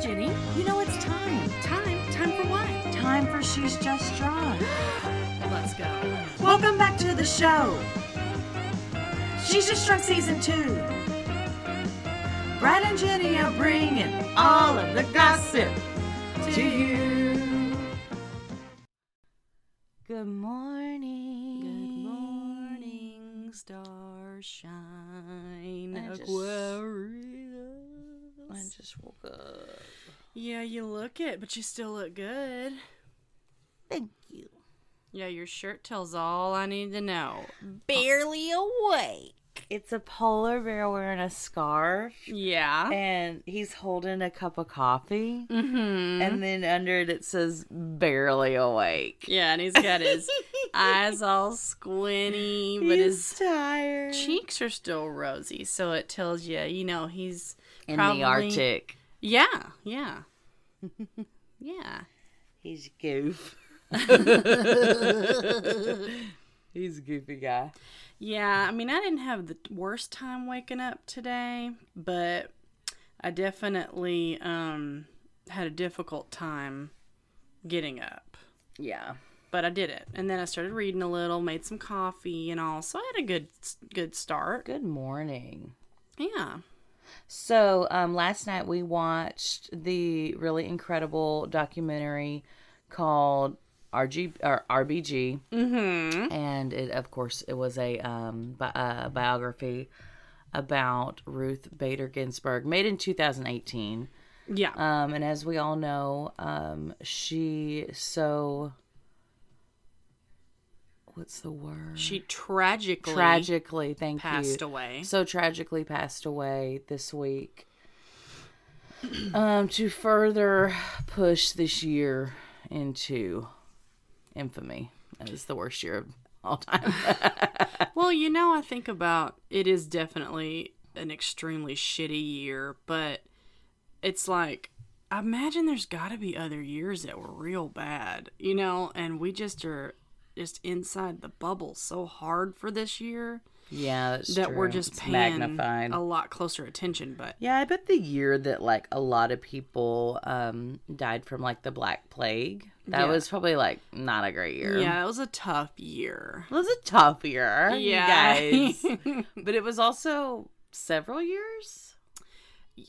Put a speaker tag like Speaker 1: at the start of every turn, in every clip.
Speaker 1: Jenny. You know it's time.
Speaker 2: Time? Time for what?
Speaker 1: Time for She's Just Drawn.
Speaker 2: Let's go.
Speaker 1: Welcome back to the show. She's Just Drawn Season 2. Brad and Jenny are bringing all of the gossip to you. Good morning.
Speaker 2: Good morning, starshine.
Speaker 1: I just-
Speaker 2: Aquarius.
Speaker 1: I just woke up.
Speaker 2: Yeah, you look it, but you still look good.
Speaker 1: Thank you.
Speaker 2: Yeah, your shirt tells all I need to know. Barely awake.
Speaker 1: It's a polar bear wearing a scarf,
Speaker 2: Yeah.
Speaker 1: and he's holding a cup of coffee.
Speaker 2: Mm-hmm.
Speaker 1: And then under it, it says barely awake.
Speaker 2: Yeah, and he's got his eyes all squinty, but his
Speaker 1: He's tired.
Speaker 2: cheeks are still rosy, so it tells you, you know, he's
Speaker 1: In
Speaker 2: probably-
Speaker 1: the Arctic.
Speaker 2: Yeah, yeah, yeah.
Speaker 1: He's goof. He's a goofy guy.
Speaker 2: Yeah, I mean, I didn't have the worst time waking up today, but I definitely um, had a difficult time getting up.
Speaker 1: Yeah.
Speaker 2: But I did it, and then I started reading a little, made some coffee and all, so I had a good good start.
Speaker 1: Good morning.
Speaker 2: Yeah.
Speaker 1: So, um, last night we watched the really incredible documentary called RG or RBG,
Speaker 2: Mm-hmm.
Speaker 1: and it, of course, it was a um, bi- uh, biography about Ruth Bader Ginsburg, made in 2018.
Speaker 2: Yeah.
Speaker 1: Um, and as we all know, um, she so what's the word?
Speaker 2: she tragically
Speaker 1: tragically, thank you,
Speaker 2: passed away.
Speaker 1: so tragically passed away this week. um, to further push this year into infamy as the worst year of all time.
Speaker 2: Well, you know, I think about it is definitely an extremely shitty year, but it's like I imagine there's got to be other years that were real bad, you know, and we just are just inside the bubble so hard for this year
Speaker 1: yeah, that's
Speaker 2: that we're
Speaker 1: true.
Speaker 2: just
Speaker 1: It's
Speaker 2: paying
Speaker 1: magnified.
Speaker 2: a lot closer attention. But
Speaker 1: Yeah, I bet the year that like a lot of people um died from like the Black Plague. That
Speaker 2: Yeah.
Speaker 1: was probably like not a great year.
Speaker 2: yeah, it was a tough year.
Speaker 1: It was a tough year,
Speaker 2: Yeah.
Speaker 1: you guys. but it was also several years.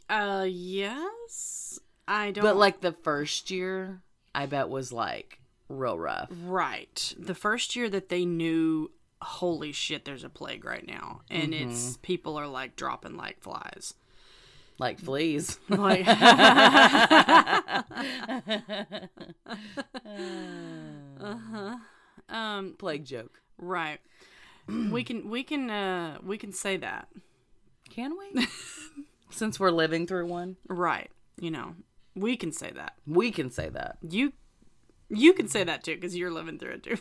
Speaker 2: Uh, yes, I don't.
Speaker 1: But like the first year, I bet was like real rough.
Speaker 2: Right. The first year that they knew, holy shit, there's a plague right now. And it's people are like dropping like flies.
Speaker 1: Like fleas.
Speaker 2: Like, Uh-huh. um,
Speaker 1: Plague joke.
Speaker 2: right. we can, we can, uh, we can say that.
Speaker 1: Can we? Since we're living through one,
Speaker 2: Right. You know, we can say that.
Speaker 1: we can say that.
Speaker 2: You, you can say that too, because you're living through it too.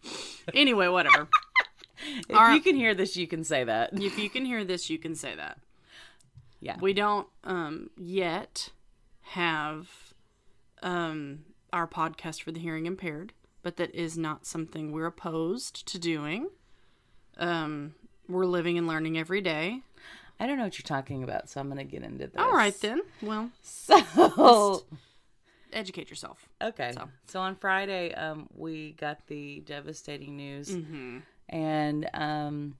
Speaker 2: anyway, whatever.
Speaker 1: If you can hear this, you can say that.
Speaker 2: if you can hear this, you can say that.
Speaker 1: Yeah.
Speaker 2: We don't um yet have um our podcast for the hearing impaired, but that is not something we're opposed to doing. Um we're living and learning every day.
Speaker 1: I don't know what you're talking about, so I'm gonna get into this.
Speaker 2: All right then. Well,
Speaker 1: So
Speaker 2: educate yourself.
Speaker 1: okay. So, on Friday, um, we got the devastating news, and um,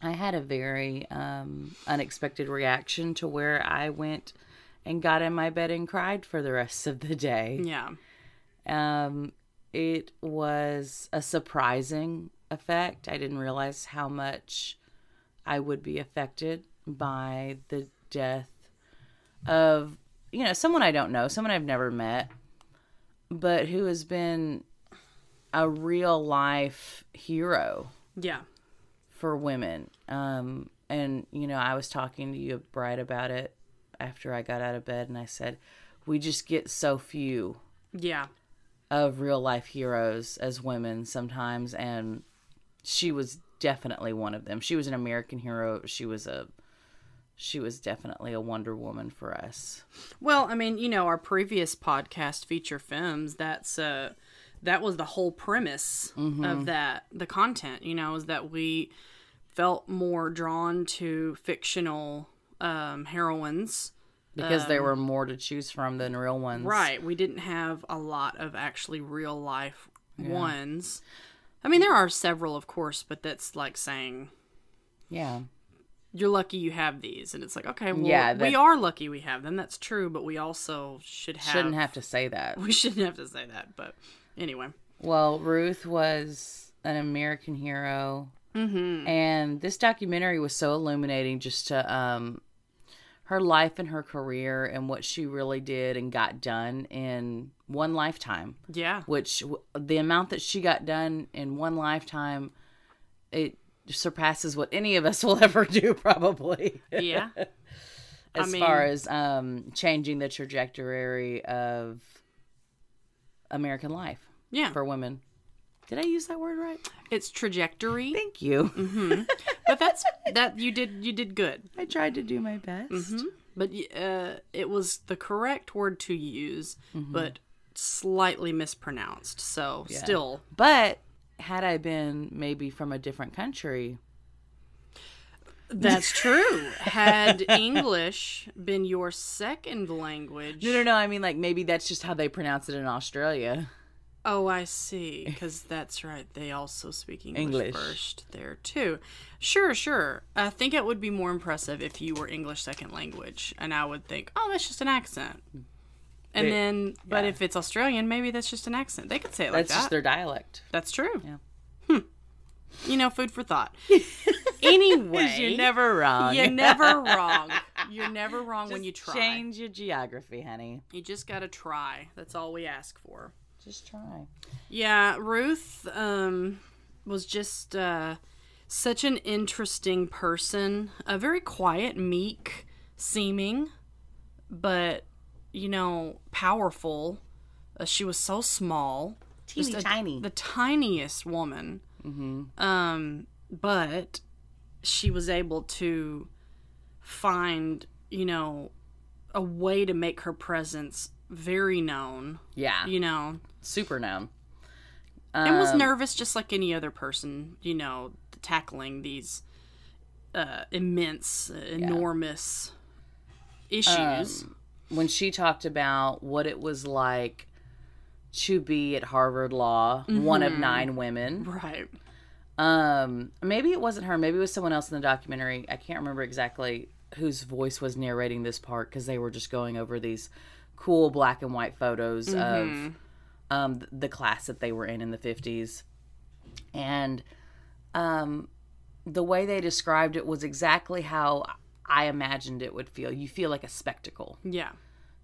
Speaker 1: I had a very um unexpected reaction to where I went and got in my bed and cried for the rest of the day.
Speaker 2: Yeah.
Speaker 1: Um, it was a surprising effect. I didn't realize how much I would be affected by the death of, you know, someone I don't know, someone I've never met, but who has been a real life hero
Speaker 2: Yeah.
Speaker 1: for women. Um, and you know, I was talking to you, Bright, about it after I got out of bed, and I said, "We just get so few
Speaker 2: Yeah.
Speaker 1: of real life heroes as women sometimes and she was definitely one of them she was an american hero she was a she was definitely a wonder woman for us
Speaker 2: Well, I mean, you know, our previous podcast feature films, that's uh that was the whole premise
Speaker 1: Mm-hmm.
Speaker 2: of that the content, you know, is that we felt more drawn to fictional um heroines
Speaker 1: because there were more to choose from than real ones.
Speaker 2: Right. We didn't have a lot of actually real life ones. I mean, there are several, of course, but that's like saying
Speaker 1: Yeah.
Speaker 2: you're lucky you have these. And it's like, okay, well,
Speaker 1: Yeah,
Speaker 2: we
Speaker 1: that-
Speaker 2: are lucky we have them. That's true, but we also should have.
Speaker 1: Shouldn't have to say that.
Speaker 2: We shouldn't have to say that, but anyway.
Speaker 1: Well, Ruth was an American hero,
Speaker 2: Mm-hmm.
Speaker 1: and this documentary was so illuminating just to um, her life and her career and what she really did and got done in one lifetime.
Speaker 2: Yeah.
Speaker 1: Which w- the amount that she got done in one lifetime, it surpasses what any of us will ever do, probably.
Speaker 2: Yeah.
Speaker 1: as
Speaker 2: mean-
Speaker 1: far as um, changing the trajectory of American life
Speaker 2: Yeah.
Speaker 1: for women. Did I use that word right?
Speaker 2: It's trajectory.
Speaker 1: Thank you.
Speaker 2: but that's that you did you did good.
Speaker 1: I tried to do my best.
Speaker 2: Mm-hmm. But uh, it was the correct word to use,
Speaker 1: Mm-hmm.
Speaker 2: but slightly mispronounced. So still,
Speaker 1: But had I been maybe from a different country,
Speaker 2: that's true. Had English been your second language,
Speaker 1: no, no, no. I mean, like maybe that's just how they pronounce it in Australia.
Speaker 2: oh, I see, because that's right. They also speak English,
Speaker 1: English.
Speaker 2: first there too. Sure, sure. I think it would be more impressive if you were English second language, and I would think, oh, that's just an accent. And
Speaker 1: They-
Speaker 2: then, but
Speaker 1: yeah.
Speaker 2: if it's Australian, maybe that's just an accent. They could say it like
Speaker 1: That's
Speaker 2: that.
Speaker 1: just their dialect.
Speaker 2: That's true.
Speaker 1: Yeah.
Speaker 2: Hmm. You know, food for thought. anyway,
Speaker 1: You're never wrong.
Speaker 2: you're never wrong. You're never wrong when you try.
Speaker 1: change your geography, honey.
Speaker 2: You just gotta try. That's all we ask for.
Speaker 1: Just try.
Speaker 2: Yeah, Ruth um, was just uh, such an interesting person. A very quiet, meek seeming, but you know, powerful. Uh, she was so small.
Speaker 1: Teeny
Speaker 2: Just a-
Speaker 1: tiny. Mm-hmm.
Speaker 2: the tiniest woman. Um, but she was able to find, you know, a way to make her presence very known.
Speaker 1: yeah.
Speaker 2: You know,
Speaker 1: Super noun.
Speaker 2: and
Speaker 1: Um,
Speaker 2: was nervous just like any other person. You know, tackling these uh, immense, enormous issues.
Speaker 1: Um, when she talked about what it was like to be at Harvard Law, one of nine women.
Speaker 2: right.
Speaker 1: Um, maybe it wasn't her. Maybe it was someone else in the documentary. I can't remember exactly whose voice was narrating this part because they were just going over these cool black and white photos of um, th- the class that they were in in the 50s. And um, the way they described it was exactly how I imagined it would feel. You feel like a spectacle.
Speaker 2: Yeah.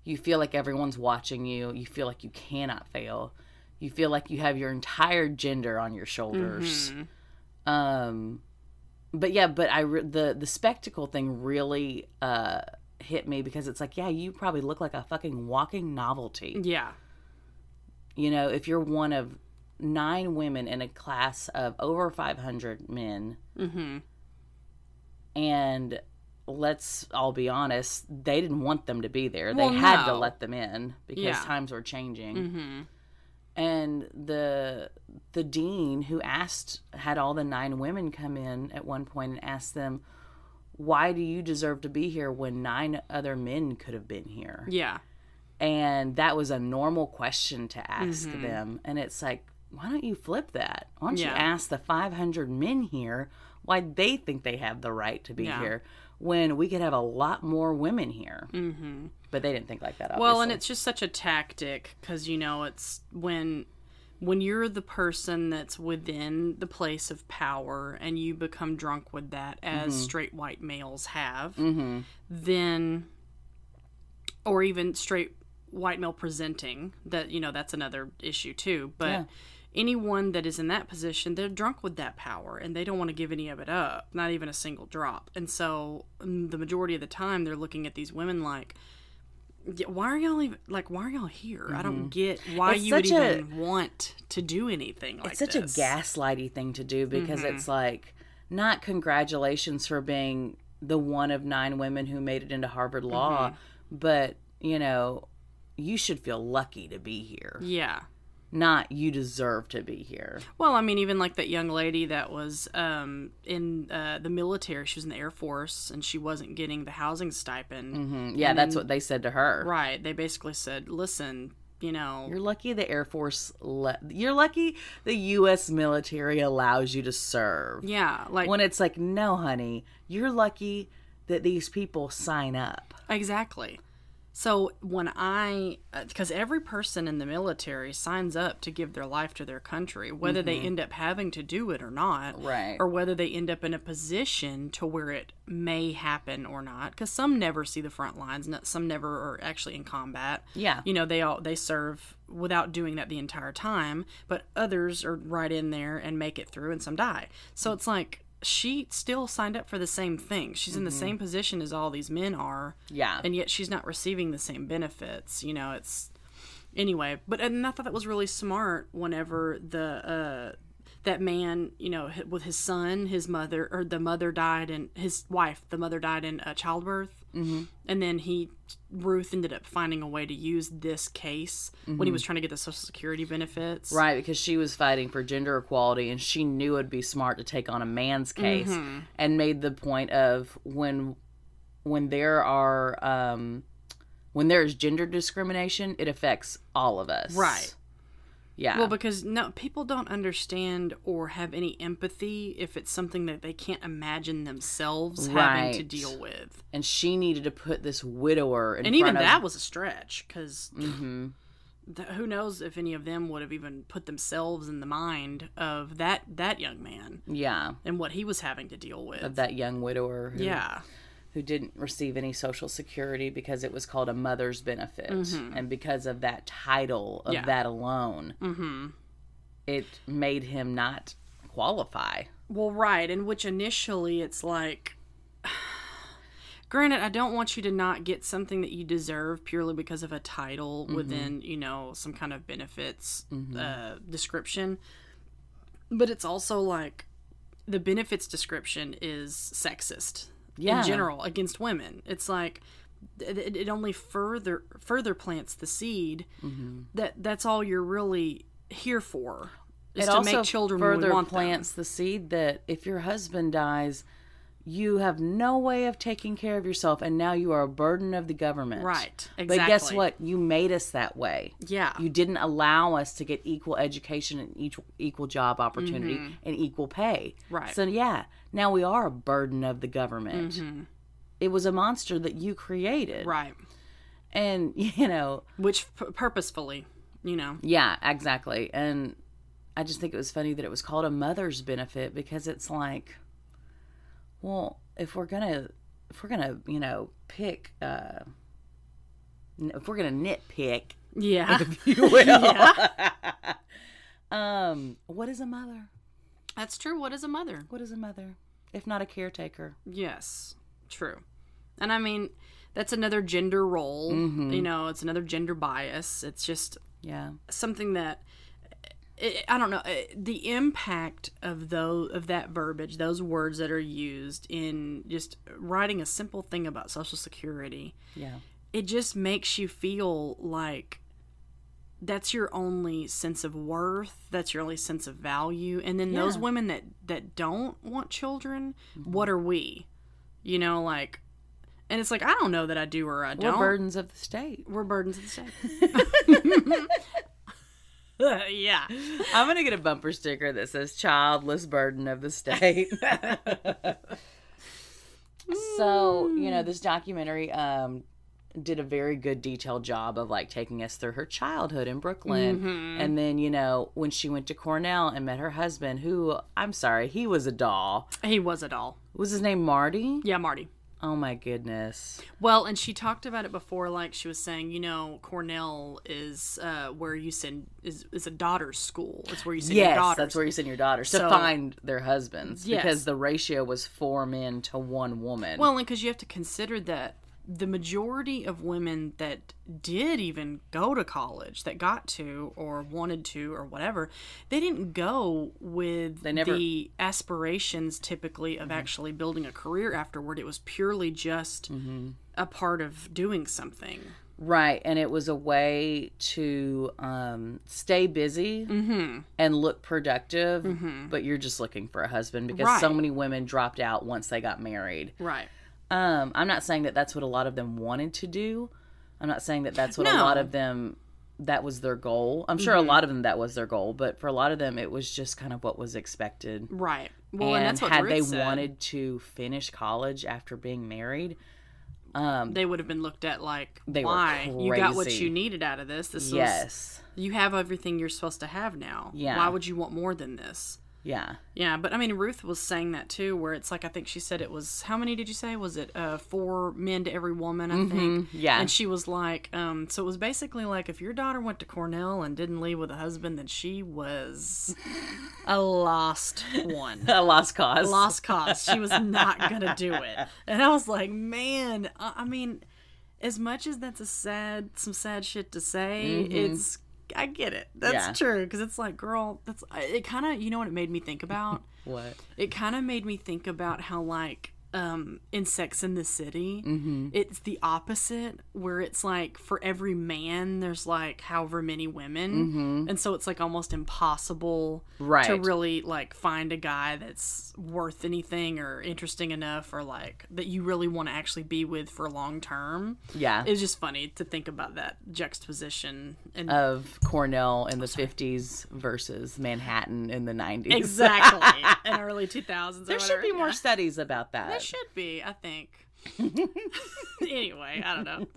Speaker 1: You feel like everyone's watching you. You feel like you cannot fail. You feel like you have your entire gender on your
Speaker 2: Mm-hmm.
Speaker 1: shoulders. Um, but yeah, but I re- the the spectacle thing really uh hit me because it's like, yeah, you probably look like a fucking walking novelty.
Speaker 2: Yeah.
Speaker 1: You know, if you're one of nine women in a class of over 500 men,
Speaker 2: Mm-hmm.
Speaker 1: and let's all be honest, they didn't want them to be there.
Speaker 2: Well,
Speaker 1: they had to
Speaker 2: no.
Speaker 1: let them in because
Speaker 2: Yeah.
Speaker 1: times were changing.
Speaker 2: Mm-hmm.
Speaker 1: and the the dean who asked had all the nine women come in at one point and asked them why do you deserve to be here when nine other men could have been here
Speaker 2: Yeah.
Speaker 1: and that was a normal question to ask them and it's like why don't you flip that why don't you
Speaker 2: Mm-hmm. Yeah.
Speaker 1: ask the 500 men here why they think they have the right to be
Speaker 2: Yeah.
Speaker 1: here when we could have a lot more women here
Speaker 2: Mm-hmm.
Speaker 1: but they didn't think like that obviously.
Speaker 2: Well, and it's just such a tactic because you know it's when when you're the person that's within the place of power and you become drunk with that as straight white males have,
Speaker 1: mm-hmm.
Speaker 2: then or even straight white male presenting that you know that's another issue too, but.
Speaker 1: Yeah.
Speaker 2: Anyone that is in that position, they're drunk with that power and they don't want to give any of it up, not even a single drop. And so, mm, the majority of the time, they're looking at these women like, yeah, why are y'all even like why are y'all here? I don't get why
Speaker 1: Mm-hmm. It's
Speaker 2: you would
Speaker 1: such a-
Speaker 2: even want to do anything like
Speaker 1: it's such
Speaker 2: this. Mm-hmm.
Speaker 1: a gaslighty thing to do because it's like not congratulations for being the one of nine women who made it into Harvard
Speaker 2: Mm-hmm.
Speaker 1: Law, but you know, you should feel lucky to be here.
Speaker 2: Yeah.
Speaker 1: not you deserve to be here.
Speaker 2: Well, I mean, even like that young lady that was um, in uh, the military, she was in the Air Force and she wasn't getting the housing stipend.
Speaker 1: hmm Yeah, that's what they said to her.
Speaker 2: Right. They basically said, listen, you know,
Speaker 1: You're lucky the Air Force. Le- You're lucky the U.S. military allows you to serve.
Speaker 2: yeah, like
Speaker 1: When it's like, no, honey, you're lucky that these people sign up.
Speaker 2: Exactly. So when I, because every person in the military signs up to give their life to their country, whether they end up having to do it or not,
Speaker 1: Mm-hmm. Right.
Speaker 2: or whether they end up in a position to where it may happen or not, because some never see the front lines, not- some never are actually in combat.
Speaker 1: Yeah.
Speaker 2: You know, they all they serve without doing that the entire time, but others are right in there and make it through, and some die. So it's like she still signed up for the same thing. She's in the same position as all these men are
Speaker 1: Yeah.
Speaker 2: and yet she's not receiving the same benefits you know it's anyway but and i thought that was really smart whenever the uh that man you know h- with his son his mother or the mother died and his wife the mother died in uh, childbirth mm-hmm. and then he ruth ended up finding a way to use this case when he was trying to get the social security benefits
Speaker 1: Mm-hmm. Right, because she was fighting for gender equality and she knew it'd be smart to take on a man's case and made the point of when when there are um when there is gender discrimination, it affects all of us.
Speaker 2: Right.
Speaker 1: Yeah.
Speaker 2: Well, because no people don't understand or have any empathy if it's something that they can't imagine themselves having to
Speaker 1: Right.
Speaker 2: deal with.
Speaker 1: and she needed to put this widower in
Speaker 2: and
Speaker 1: front
Speaker 2: even
Speaker 1: of
Speaker 2: that was a stretch because
Speaker 1: Mhm.
Speaker 2: who knows if any of them would have even put themselves in the mind of that that young man
Speaker 1: Yeah.
Speaker 2: and what he was having to deal with
Speaker 1: Of that young widower who,
Speaker 2: yeah
Speaker 1: who didn't receive any social security because it was called a mother's benefit. And because of that title of
Speaker 2: Mm-hmm. Yeah. Mm-hmm.
Speaker 1: that alone, it made him not qualify.
Speaker 2: well right and which initially it's like granted i don't want you to not get something that you deserve purely because of a title
Speaker 1: Mm-hmm.
Speaker 2: within you know some kind of benefits uh, description but it's also like the benefits description is sexist
Speaker 1: Yeah.
Speaker 2: in general against women it's like it, it only further further plants the seed
Speaker 1: Mm-hmm.
Speaker 2: that that's all you're really here for is to make children when we
Speaker 1: further
Speaker 2: want them.
Speaker 1: plants the seed that if your husband dies, you have no way of taking care of yourself, and now you are a burden of the government.
Speaker 2: Right,
Speaker 1: But guess
Speaker 2: exactly.
Speaker 1: what? You made us that way.
Speaker 2: yeah
Speaker 1: You didn't allow us to get equal education and equal, equal job opportunity and equal pay.
Speaker 2: Mm-hmm. Right. Mm-hmm.
Speaker 1: So, yeah, now we are a burden of the government. It was a monster that you created.
Speaker 2: right
Speaker 1: And, you know,
Speaker 2: which p- purposefully you know
Speaker 1: yeah, exactly. And I just think it was funny that it was called a mother's benefit because it's like, well, if we're gonna, if we're gonna, you know, pick, uh, n- if we're gonna nitpick,
Speaker 2: yeah
Speaker 1: you will. um, what is a mother?
Speaker 2: that's true what is a mother
Speaker 1: What is a mother? If not a caretaker,
Speaker 2: Yes, true. And I mean, that's another gender role.
Speaker 1: Mm-hmm.
Speaker 2: You know, it's another gender bias. It's just
Speaker 1: yeah,
Speaker 2: something that I I don't know eh, the impact of those of that verbiage, those words that are used in just writing a simple thing about Social Security.
Speaker 1: yeah,
Speaker 2: It just makes you feel like that's your only sense of worth that's your only sense of value and then those
Speaker 1: Yeah. Mm-hmm.
Speaker 2: women that that don't want children what are we you know like and it's like i don't know that i do or i
Speaker 1: we're
Speaker 2: don't
Speaker 1: burdens of the state.
Speaker 2: we're burdens of the state yeah
Speaker 1: I'm gonna get a bumper sticker that says "Childless Burden of the State." so you know, this documentary um, did a very good detailed job of like taking us through her childhood in Brooklyn, and then you know when she went to Cornell and met her husband, who I'm sorry, he was a doll.
Speaker 2: he was it all
Speaker 1: Was his name Marty?
Speaker 2: yeah marty
Speaker 1: Oh my goodness.
Speaker 2: Well, and she talked about it before, like she was saying, you know, Cornell is uh, where you send is is a daughter's school. It's where you send your
Speaker 1: Yes,
Speaker 2: daughters.
Speaker 1: that's where you send your daughters to
Speaker 2: So-
Speaker 1: find their husbands
Speaker 2: Yes.
Speaker 1: because the ratio was four men to one woman.
Speaker 2: Well, and because you have to consider that the majority of women that did even go to college, that got to or wanted to or whatever, they didn't go with
Speaker 1: never- Mm-hmm.
Speaker 2: the aspirations typically of actually
Speaker 1: Mm-hmm.
Speaker 2: building a career afterward. It was purely just a part of doing something.
Speaker 1: Right, and it was a way to um, stay busy
Speaker 2: Mm-hmm.
Speaker 1: and look productive,
Speaker 2: Mhm.
Speaker 1: but you're just looking for a husband because so
Speaker 2: Right.
Speaker 1: many women dropped out once they got married.
Speaker 2: Right.
Speaker 1: Um, I'm not saying that that's what a lot of them wanted to do. I'm not saying that that's what a
Speaker 2: No. Mm-hmm.
Speaker 1: lot of them that was their goal. I'm sure a lot of them that was their goal, but for a lot of them it was just kind of what was expected.
Speaker 2: Right. Well,
Speaker 1: and
Speaker 2: and, that's what
Speaker 1: had
Speaker 2: Ruth
Speaker 1: they
Speaker 2: said,
Speaker 1: wanted to finish college after being married, um,
Speaker 2: they would have been looked at like,
Speaker 1: They were
Speaker 2: why you got what
Speaker 1: crazy.
Speaker 2: you needed out of this? This was
Speaker 1: yes,
Speaker 2: you have everything you're supposed to have now.
Speaker 1: Yeah.
Speaker 2: Why would you want more than this?
Speaker 1: yeah,
Speaker 2: Yeah, but I mean, Ruth was saying that too, where it's like I think she said it was how many did you say? Was it uh, four men to every woman? I think.
Speaker 1: Mm-hmm. yeah.
Speaker 2: Mm-hmm. And she was like, um, so it was basically like if your daughter went to Cornell and didn't leave with a husband, then she was a lost one.
Speaker 1: a lost cause.
Speaker 2: Lost cause. She was not going to do it. And I was like, man, I I mean, as much as that's a sad, some sad shit to say, it's, I get it. That's
Speaker 1: Mm-hmm. Yeah.
Speaker 2: true. Because it's like, girl, that's, it kind of, you know what it made me think about?
Speaker 1: What?
Speaker 2: it kind of made me think about how like um in sex in the city
Speaker 1: Mm-hmm.
Speaker 2: it's the opposite where it's like for every man there's like however many women and so it's like almost impossible to
Speaker 1: Mm-hmm. Right.
Speaker 2: really like find a guy that's worth anything or interesting enough or like that you really want to actually be with for long term
Speaker 1: Yeah.
Speaker 2: it's just funny to think about that juxtaposition and
Speaker 1: of Cornell in the 50s versus Manhattan in the 90s.
Speaker 2: exactly in early 2000s or
Speaker 1: There should
Speaker 2: whatever.
Speaker 1: be more
Speaker 2: Yeah.
Speaker 1: studies about that.
Speaker 2: It should be, I think. anyway, I don't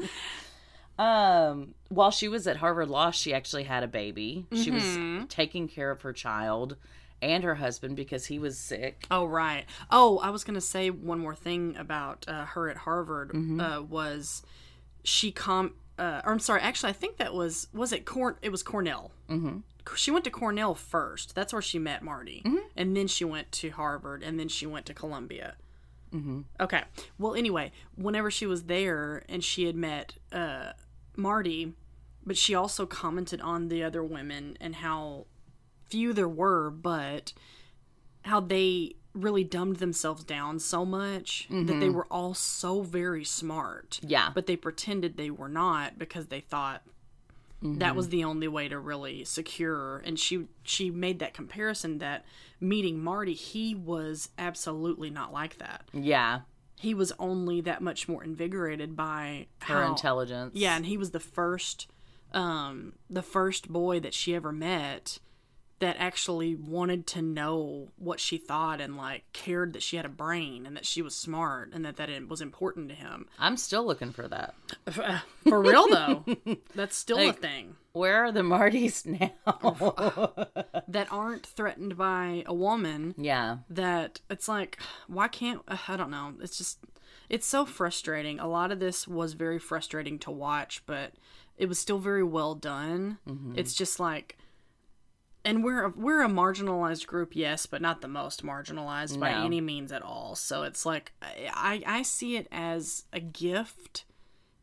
Speaker 2: know.
Speaker 1: Um, while she was at Harvard Law, she actually had a baby. She
Speaker 2: Mm-hmm.
Speaker 1: was taking care of her child and her husband because he was sick.
Speaker 2: Oh right. Oh, I was gonna say one more thing about uh, her at Harvard uh, was she com. Uh, or I'm sorry. Actually, I think that was was it Corn. It was Cornell. Mm-hmm. She went to Cornell first. That's where she met Marty, and then she went to Harvard, and then she went to Columbia. Mm-hmm. Okay. Well, anyway, whenever she was there, and she had met uh, Marty, but she also commented on the other women and how few there were, but how they really dumbed themselves down so much that they were all so very smart.
Speaker 1: Yeah.
Speaker 2: But they pretended they were not because they thought that was the only way to really secure and she she made that comparison that meeting Marty he was absolutely not like that.
Speaker 1: Yeah.
Speaker 2: He was only that much more invigorated by
Speaker 1: Her
Speaker 2: how
Speaker 1: intelligence.
Speaker 2: yeah, and he was the first um the first boy that she ever met that actually wanted to know what she thought and like cared that she had a brain and that she was smart and that that it was important to him.
Speaker 1: I'm still looking for that.
Speaker 2: For real though. that's still a thing.
Speaker 1: Where are the Martys now?
Speaker 2: That aren't threatened by a woman
Speaker 1: yeah.
Speaker 2: that it's like why can't uh, I don't know. It's just it's so frustrating. A lot of this was very frustrating to watch, but it was still very well done. It's just like and we're a, we're a marginalized group, yes, but not the most marginalized by
Speaker 1: No.
Speaker 2: any means at all. So it's like I I I see it as a gift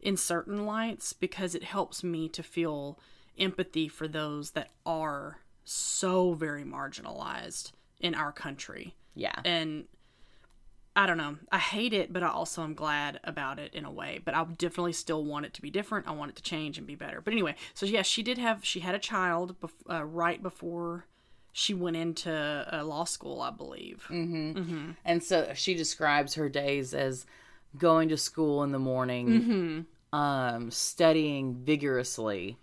Speaker 2: in certain lights because it helps me to feel empathy for those that are so very marginalized in our country
Speaker 1: Yeah.
Speaker 2: and I don't know. I hate it, but I also am glad about it in a way. But I definitely still want it to be different. I want it to change and be better. But anyway, so yeah, she did have she had a child bef- uh, right before she went into uh, law school, I believe.
Speaker 1: And so she describes her days as going to school in the morning, um, studying vigorously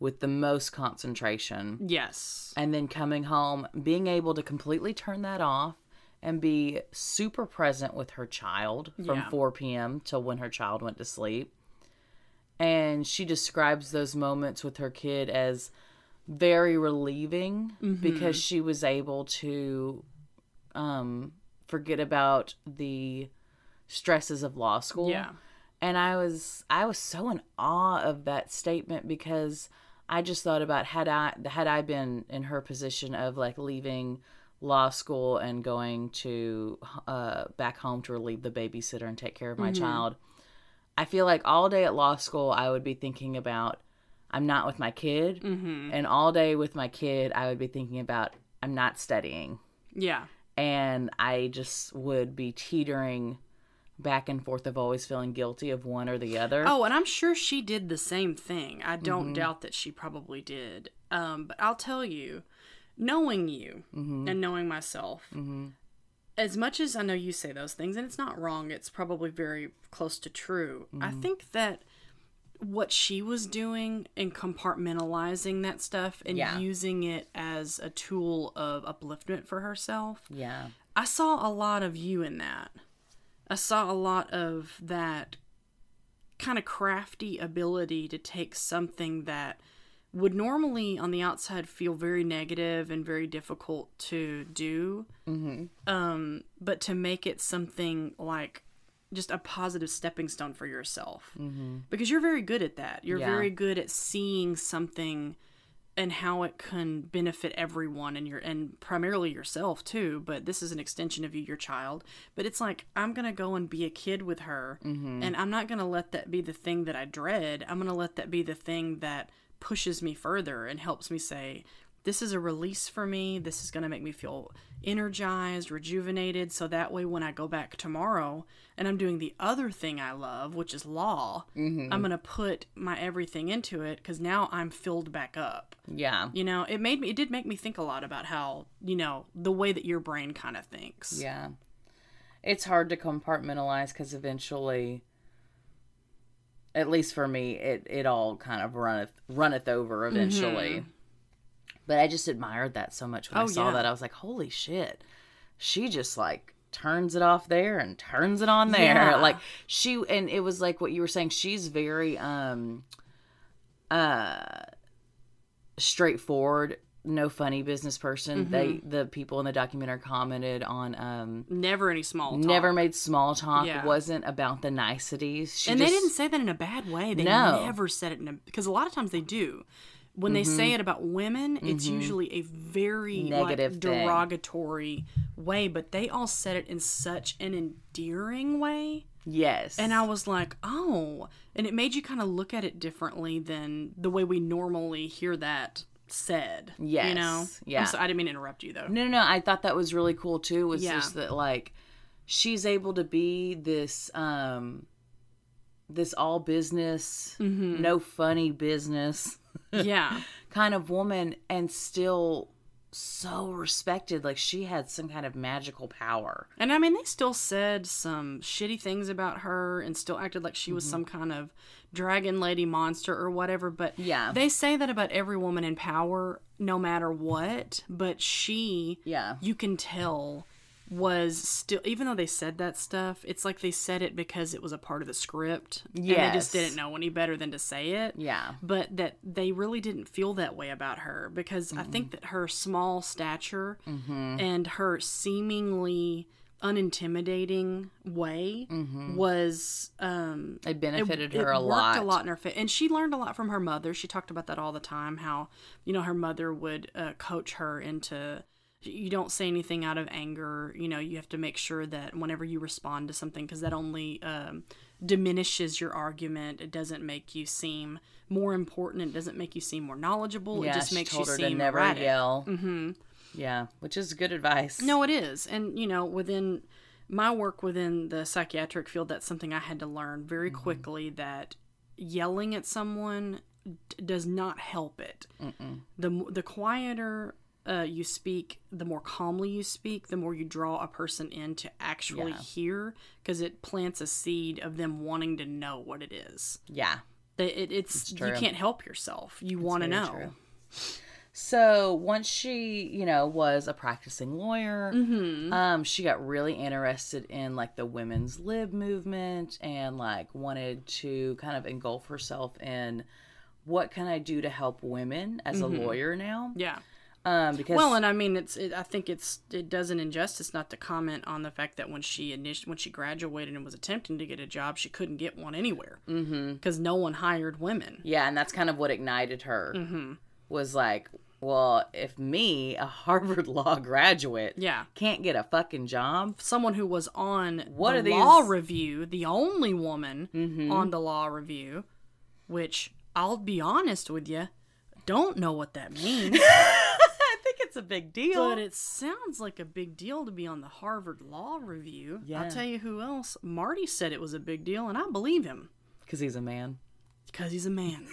Speaker 1: with the most concentration,
Speaker 2: Yes,
Speaker 1: and then coming home, being able to completely turn that off and be super present with her child from
Speaker 2: Yeah.
Speaker 1: 4 p.m. till when her child went to sleep. And she describes those moments with her kid as very relieving
Speaker 2: Mm-hmm.
Speaker 1: because she was able to um, forget about the stresses of law school.
Speaker 2: Yeah.
Speaker 1: And I was I was so in awe of that statement because I just thought about had I had I been in her position of like leaving law school and going to uh, back home to relieve the babysitter and take care of my child. I feel like all day at law school I would be thinking about I'm not with my kid,
Speaker 2: Mm-hmm.
Speaker 1: and all day with my kid I would be thinking about I'm not studying
Speaker 2: yeah,
Speaker 1: and I just would be teetering back and forth of always feeling guilty of one or the other.
Speaker 2: Oh, and I'm sure she did the same thing. I don't doubt that she probably did. Um, but I'll tell you, knowing you
Speaker 1: Mm-hmm.
Speaker 2: and knowing myself, as much as I know you say those things, and it's not wrong, it's probably very close to true. I think that what she was doing and compartmentalizing that stuff and
Speaker 1: Yeah.
Speaker 2: using it as a tool of upliftment for herself
Speaker 1: Yeah.
Speaker 2: I saw a lot of you in that. I saw a lot of that kind of crafty ability to take something that would normally on the outside feel very negative and very difficult to do, um, but to make it something like just a positive stepping stone for yourself. Because you're very good at that. You're
Speaker 1: Yeah.
Speaker 2: very good at seeing something and how it can benefit everyone and your and primarily yourself too but this is an extension of you your child but it's like i'm gonna go and be a kid with her and i'm not gonna let that be the thing that i dread i'm gonna let that be the thing that pushes me further and helps me say this is a release for me this is gonna make me feel energized rejuvenated so that way when i go back tomorrow and i'm doing the other thing i love which is law i'm gonna put my everything into it because now i'm filled back up
Speaker 1: Yeah.
Speaker 2: you know, it made me it did make me think a lot about how, you know, the way that your brain kind of thinks.
Speaker 1: Yeah. It's hard to compartmentalize because eventually, at least for me, it, it all kind of runneth, runneth over eventually. But I just admired that so much when
Speaker 2: Mm-hmm. Oh,
Speaker 1: I saw
Speaker 2: yeah.
Speaker 1: that. I was like, holy shit. She just like turns it off there and turns it on there.
Speaker 2: Yeah.
Speaker 1: Like she, and it was like what you were saying. She's very, um, uh, straightforward, no funny business person.
Speaker 2: Mm-hmm.
Speaker 1: They, the people in the documentary commented on, um,
Speaker 2: Never any small talk.
Speaker 1: never made small talk
Speaker 2: Yeah.
Speaker 1: wasn't about the niceties she
Speaker 2: And
Speaker 1: just,
Speaker 2: they didn't say that in a bad way. They
Speaker 1: No.
Speaker 2: never said it in a because a lot of times they do. When they say it about women, it's usually a very
Speaker 1: Mm-hmm. Negative
Speaker 2: like,
Speaker 1: thing.
Speaker 2: derogatory way, but they all said it in such an endearing way.
Speaker 1: yes
Speaker 2: And I was like, oh. And it made you kind of look at it differently than the way we normally hear that said. You
Speaker 1: Yes.
Speaker 2: know?
Speaker 1: Yeah.
Speaker 2: I'm so, I didn't mean to interrupt you, though.
Speaker 1: no no no i thought that was really cool too was
Speaker 2: Yeah.
Speaker 1: just that like she's able to be this um this all business
Speaker 2: Mm-hmm.
Speaker 1: no funny business
Speaker 2: yeah.
Speaker 1: kind of woman and still so respected like she had some kind of magical power
Speaker 2: And I mean, they still said some shitty things about her and still acted like she was
Speaker 1: Mm-hmm.
Speaker 2: some kind of dragon lady monster or whatever. But
Speaker 1: Yeah.
Speaker 2: they say that about every woman in power, no matter what. But she,
Speaker 1: Yeah.
Speaker 2: you can tell, was still, even though they said that stuff, it's like they said it because it was a part of the script. And they
Speaker 1: Yes.
Speaker 2: just didn't know any better than to say it
Speaker 1: yeah
Speaker 2: but that they really didn't feel that way about her because I think that her small stature and her seemingly unintimidating way was um
Speaker 1: it benefited
Speaker 2: it
Speaker 1: her a
Speaker 2: worked
Speaker 1: lot
Speaker 2: a lot in her fit and she learned a lot from her mother she talked about that all the time how you know her mother would uh, coach her into you don't say anything out of anger you know you have to make sure that whenever you respond to something because that only um, diminishes your argument it doesn't make you seem more important it doesn't make you seem more knowledgeable
Speaker 1: yeah
Speaker 2: it just
Speaker 1: she
Speaker 2: makes
Speaker 1: told
Speaker 2: you
Speaker 1: her
Speaker 2: seem
Speaker 1: to never
Speaker 2: erratic.
Speaker 1: yell mm-hmm. yeah which is good advice
Speaker 2: No, it is. And, you know, within my work within the psychiatric field, that's something I had to learn very
Speaker 1: Mm-hmm.
Speaker 2: quickly that yelling at someone d- does not help it. The, m- the quieter uh, you speak, the more calmly you speak, the more you draw a person in to actually
Speaker 1: Yeah.
Speaker 2: hear because it plants a seed of them wanting to know what it is.
Speaker 1: yeah
Speaker 2: That it, it's, you
Speaker 1: true.
Speaker 2: can't help yourself. You want to
Speaker 1: very
Speaker 2: know.
Speaker 1: true. So once she, you know, was a practicing lawyer,
Speaker 2: Mm-hmm.
Speaker 1: um, she got really interested in like the women's lib movement and like wanted to kind of engulf herself in what can I do to help women as a lawyer now?
Speaker 2: Mm-hmm. Yeah.
Speaker 1: Um, because
Speaker 2: Well, uh and I mean, it's. It, I think it's. It does an injustice not to comment on the fact that when she init- when she graduated and was attempting to get a job, she couldn't get one anywhere because
Speaker 1: Mm-hmm.
Speaker 2: no one hired women.
Speaker 1: yeah, and that's kind of what ignited her
Speaker 2: Mm-hmm.
Speaker 1: was like, well, if me, a Harvard law graduate,
Speaker 2: Yeah,
Speaker 1: can't get a fucking job,
Speaker 2: someone who was on
Speaker 1: What
Speaker 2: the
Speaker 1: are these- Mm-hmm.
Speaker 2: law review, the only woman on the law review, which I'll be honest with you, don't know what that means.
Speaker 1: I think it's it's a big deal.
Speaker 2: But it sounds like a big deal to be on the Harvard Law Review.
Speaker 1: Yeah.
Speaker 2: I'll tell you who else. Marty said it was a big deal, and I believe him
Speaker 1: Because he's a man.
Speaker 2: because he's a man.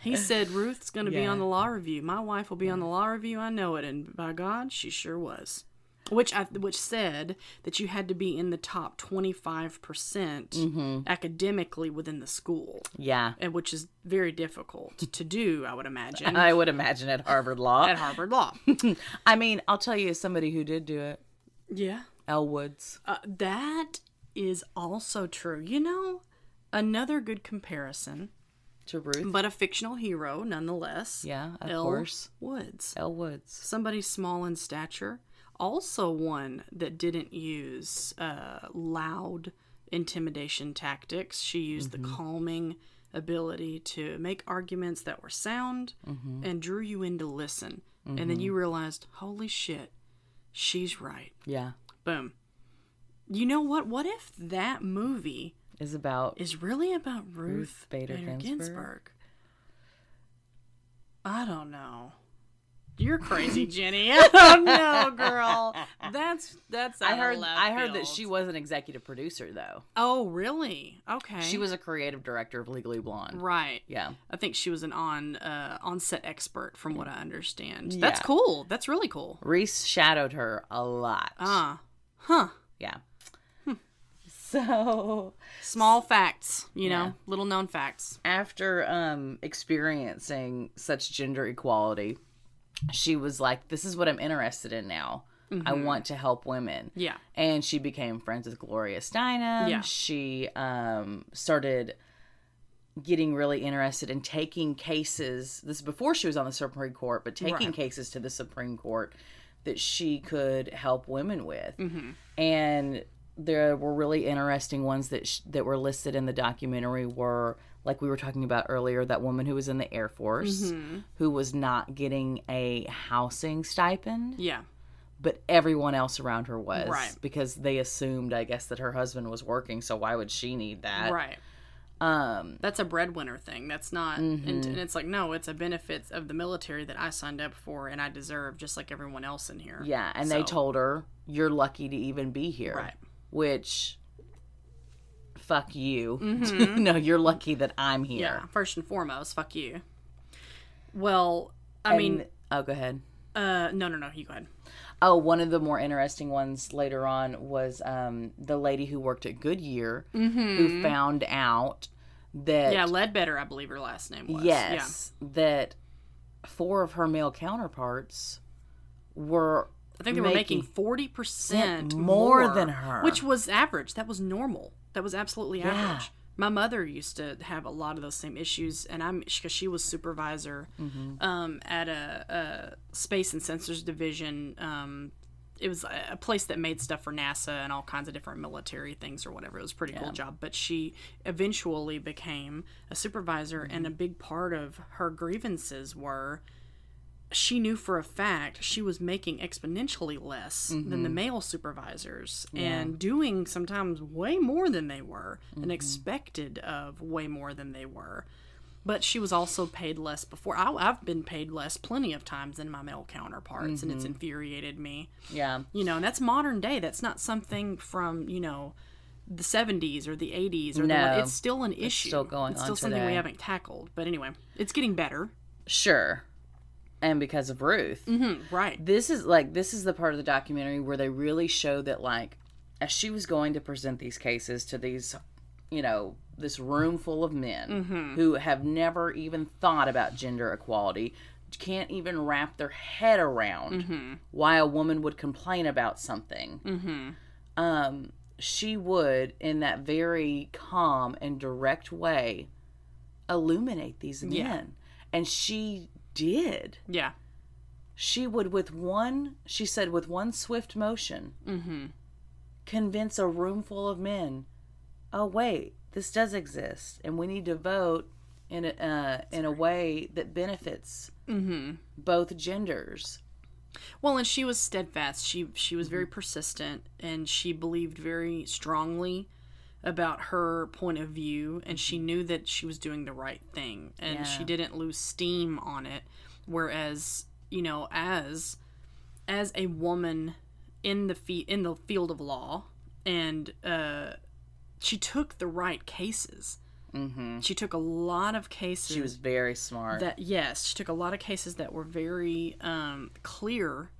Speaker 2: he said Ruth's going to be
Speaker 1: Yeah.
Speaker 2: on the Law Review. My wife will be on the Law Review. I know it, and by God, she sure was. Which I which said that you had to be in the top twenty five percent
Speaker 1: Mm-hmm.
Speaker 2: academically within the school,
Speaker 1: Yeah.
Speaker 2: and which is very difficult to do, I would imagine,
Speaker 1: I would imagine at Harvard Law.
Speaker 2: at Harvard Law.
Speaker 1: I mean, I'll tell you somebody who did do it.
Speaker 2: yeah.
Speaker 1: Elwoods.
Speaker 2: Uh, that is also true. You know, another good comparison,
Speaker 1: To Ruth.
Speaker 2: but a fictional hero nonetheless.
Speaker 1: Yeah, of
Speaker 2: Elle
Speaker 1: course.
Speaker 2: Woods.
Speaker 1: Elwoods.
Speaker 2: Somebody small in stature. Also, one that didn't use uh, loud intimidation tactics. She used the calming ability to make arguments that were sound and drew you in to listen. And then you realized, holy shit, she's right.
Speaker 1: Yeah.
Speaker 2: Boom. You know what? What if that movie
Speaker 1: Is about.
Speaker 2: is really about Ruth,
Speaker 1: Bader
Speaker 2: Bader,
Speaker 1: Ginsburg?
Speaker 2: Ginsburg? I don't know. You're crazy, Jenny. I don't know, girl. That's that's.
Speaker 1: I
Speaker 2: out of
Speaker 1: heard.
Speaker 2: left
Speaker 1: I heard that
Speaker 2: field.
Speaker 1: she was an executive producer, though.
Speaker 2: Oh, really? Okay.
Speaker 1: She was a creative director of Legally Blonde.
Speaker 2: right.
Speaker 1: Yeah.
Speaker 2: I think she was an on uh, on set expert, from what I understand. That's
Speaker 1: Yeah.
Speaker 2: cool. That's really cool.
Speaker 1: Reese shadowed her a lot.
Speaker 2: Ah, Hmm. huh.
Speaker 1: yeah. So
Speaker 2: Small facts,
Speaker 1: Yeah.
Speaker 2: you know, little known facts.
Speaker 1: after um experiencing such gender equality, she was like, "This is what I'm interested in now. I
Speaker 2: Mm-hmm.
Speaker 1: want to help women."
Speaker 2: Yeah.
Speaker 1: and she became friends with Gloria Steinem.
Speaker 2: Yeah.
Speaker 1: She um, started getting really interested in taking cases. This is before she was on the Supreme Court, but taking
Speaker 2: Right.
Speaker 1: cases to the Supreme Court that she could help women with.
Speaker 2: Mm-hmm.
Speaker 1: And there were really interesting ones that sh- that were listed in the documentary were like we were talking about earlier that woman who was in the Air Force
Speaker 2: Mm-hmm.
Speaker 1: who was not getting a housing stipend
Speaker 2: Yeah.
Speaker 1: but everyone else around her was
Speaker 2: Right.
Speaker 1: because they assumed i guess that her husband was working so why would she need that
Speaker 2: Right.
Speaker 1: um
Speaker 2: that's a breadwinner thing. That's not, and,
Speaker 1: Mm-hmm.
Speaker 2: and it's like no, it's a benefit of the military that I signed up for and I deserve, just like everyone else in here.
Speaker 1: yeah and they
Speaker 2: So-
Speaker 1: told her you're lucky to even be here
Speaker 2: Right.
Speaker 1: which fuck you no you're lucky that i'm here
Speaker 2: Mm-hmm. yeah. First and foremost, fuck you. Well, I mean,
Speaker 1: And- oh go ahead
Speaker 2: uh, no, no, no. You go ahead.
Speaker 1: Oh, one of the more interesting ones later on was um, the lady who worked at Goodyear who found out that
Speaker 2: Mm-hmm. Yeah, Ledbetter, I believe her last name was.
Speaker 1: yes, that four of her male counterparts were
Speaker 2: yeah. I think they were
Speaker 1: Making-
Speaker 2: making forty percent
Speaker 1: more than her.
Speaker 2: which was average. That was normal. That was absolutely average. My mother used to have a lot of those same issues, and I'm because she was supervisor um, at a, a space and sensors division. Um, it was a a place that made stuff for NASA and all kinds of different military things or whatever. It was a pretty cool job. But she eventually became a supervisor, and a big part of her grievances were she knew for a fact she was making exponentially less than
Speaker 1: Mm-hmm.
Speaker 2: the male supervisors and doing sometimes way more than they were
Speaker 1: Mm-hmm.
Speaker 2: and expected of way more than they were. But she was also paid less before. I, I've been paid less plenty of times than my male counterparts, and
Speaker 1: Mm-hmm.
Speaker 2: it's infuriated me.
Speaker 1: yeah
Speaker 2: You know, and that's modern day. That's not something from, you know, the 70s or the 80s or
Speaker 1: No.
Speaker 2: the. It's still an issue.
Speaker 1: still going
Speaker 2: It's
Speaker 1: on
Speaker 2: still something
Speaker 1: today.
Speaker 2: we haven't tackled. But anyway, it's getting better.
Speaker 1: sure and because of Ruth
Speaker 2: Mm-hmm. Right.
Speaker 1: this is like this is the part of the documentary where they really show that like as she was going to present these cases to these you know this room full of men
Speaker 2: Mm-hmm.
Speaker 1: who have never even thought about gender equality can't even wrap their head around
Speaker 2: Mm-hmm.
Speaker 1: why a woman would complain about something um she would in that very calm and direct way illuminate these men
Speaker 2: Yeah.
Speaker 1: and she did
Speaker 2: Yeah.
Speaker 1: she would with one she said with one swift motion
Speaker 2: Mm-hmm.
Speaker 1: convince a room full of men oh wait this does exist and we need to vote in a, uh, in a way that benefits
Speaker 2: Mm-hmm.
Speaker 1: both genders
Speaker 2: Well, and she was steadfast. She she was very persistent, and she believed very strongly about her point of view, and she knew that she was doing the right thing, and she didn't lose steam on it. Whereas you know, as as a woman in the fe- in the field of law, and uh, she took the right cases.
Speaker 1: Mm-hmm.
Speaker 2: She took a lot of cases
Speaker 1: She was very smart.
Speaker 2: that yes, she took a lot of cases that were very um, clear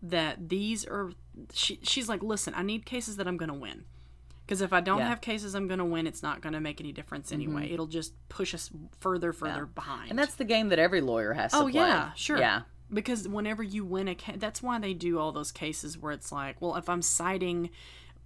Speaker 2: that these are. She she's like, listen, I need cases that I'm going to win, because if I don't
Speaker 1: Yeah. Mm-hmm.
Speaker 2: have cases I'm going to win, it's not going to make any difference anyway. It'll just push us further further behind.
Speaker 1: and that's the game that every lawyer has to
Speaker 2: oh
Speaker 1: play.
Speaker 2: yeah, sure.
Speaker 1: Yeah.
Speaker 2: Because whenever you win a case, that's why they do all those cases where it's like, well, if I'm citing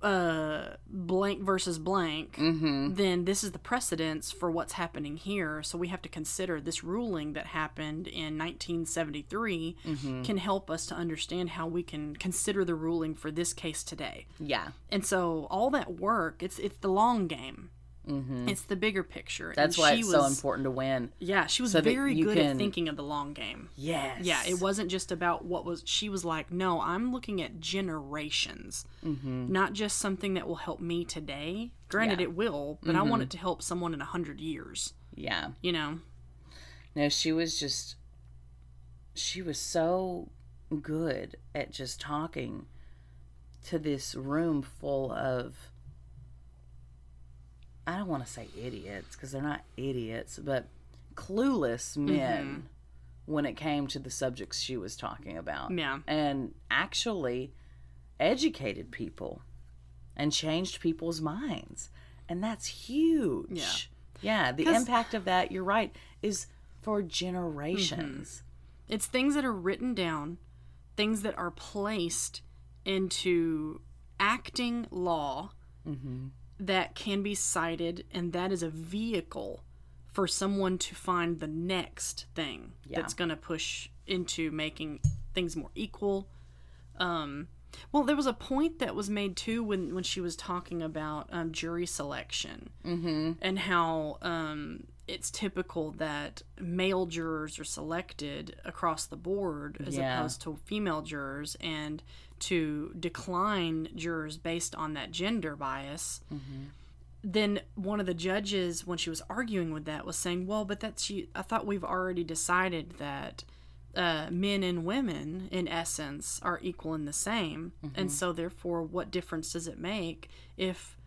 Speaker 2: uh blank versus blank
Speaker 1: Mm-hmm.
Speaker 2: then this is the precedence for what's happening here. So we have to consider this ruling that happened in 1973
Speaker 1: Mm-hmm.
Speaker 2: can help us to understand how we can consider the ruling for this case today.
Speaker 1: Yeah.
Speaker 2: And so all that work, it's it's the long game.
Speaker 1: Mm-hmm.
Speaker 2: It's the bigger picture.
Speaker 1: That's
Speaker 2: And
Speaker 1: why
Speaker 2: she
Speaker 1: it's so important to win.
Speaker 2: Yeah, she was
Speaker 1: so that
Speaker 2: very
Speaker 1: you
Speaker 2: good at
Speaker 1: can-
Speaker 2: thinking of the long game.
Speaker 1: Yes.
Speaker 2: Yeah, it wasn't just about what was. She was like, no, I'm looking at generations, not just something that will help me today. Granted,
Speaker 1: Mm-hmm. Yeah. Mm-hmm.
Speaker 2: it will, but I want it to help someone in a hundred years.
Speaker 1: Yeah.
Speaker 2: You know?
Speaker 1: No, she was just. She was so good at just talking to this room full of. I don't want to say idiots because they're not idiots, but clueless
Speaker 2: Mm-hmm.
Speaker 1: men when it came to the subjects she was talking about.
Speaker 2: Yeah.
Speaker 1: and actually educated people and changed people's minds. And that's huge.
Speaker 2: Yeah.
Speaker 1: Yeah, the
Speaker 2: 'Cause-
Speaker 1: impact of that, you're right, is for
Speaker 2: Mm-hmm.
Speaker 1: generations.
Speaker 2: It's things that are written down, things that are placed into acting law that can be cited, and that is a vehicle for someone to find the next thing
Speaker 1: Yeah.
Speaker 2: that's going to push into making things more equal. Um, well, there was a point that was made too when, when she was talking about um, jury selection and how um, it's typical that male jurors are selected across the board as
Speaker 1: Yeah.
Speaker 2: opposed to female jurors and to decline jurors based on that gender bias. Then one of the judges, when she was arguing with that, was saying, "Well, but that's you. I thought we've already decided that uh, men and women, in essence, are equal and the same, and so therefore, what difference does it make if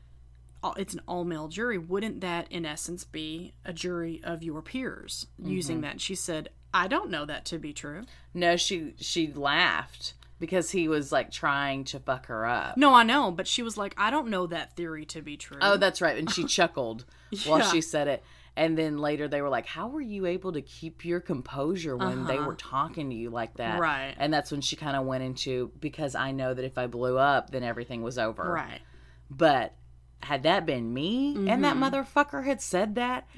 Speaker 2: all- it's an all male jury, wouldn't that in essence be a jury of your peers using that? And she said, I don't know that to be true.
Speaker 1: No, she she laughed because he was like trying to fuck her up.
Speaker 2: No, I know, but she was like, I don't know that theory to be true.
Speaker 1: Oh, that's right. And she chuckled while
Speaker 2: Yeah.
Speaker 1: she said it. And then later they were like, How were you able to keep your composure when they were talking to you like that?
Speaker 2: Uh-huh. Right.
Speaker 1: And that's when she kind of went into, Because I know that if I blew up, then everything was over.
Speaker 2: right.
Speaker 1: But had that been me and
Speaker 2: Mm-hmm.
Speaker 1: that motherfucker had said that,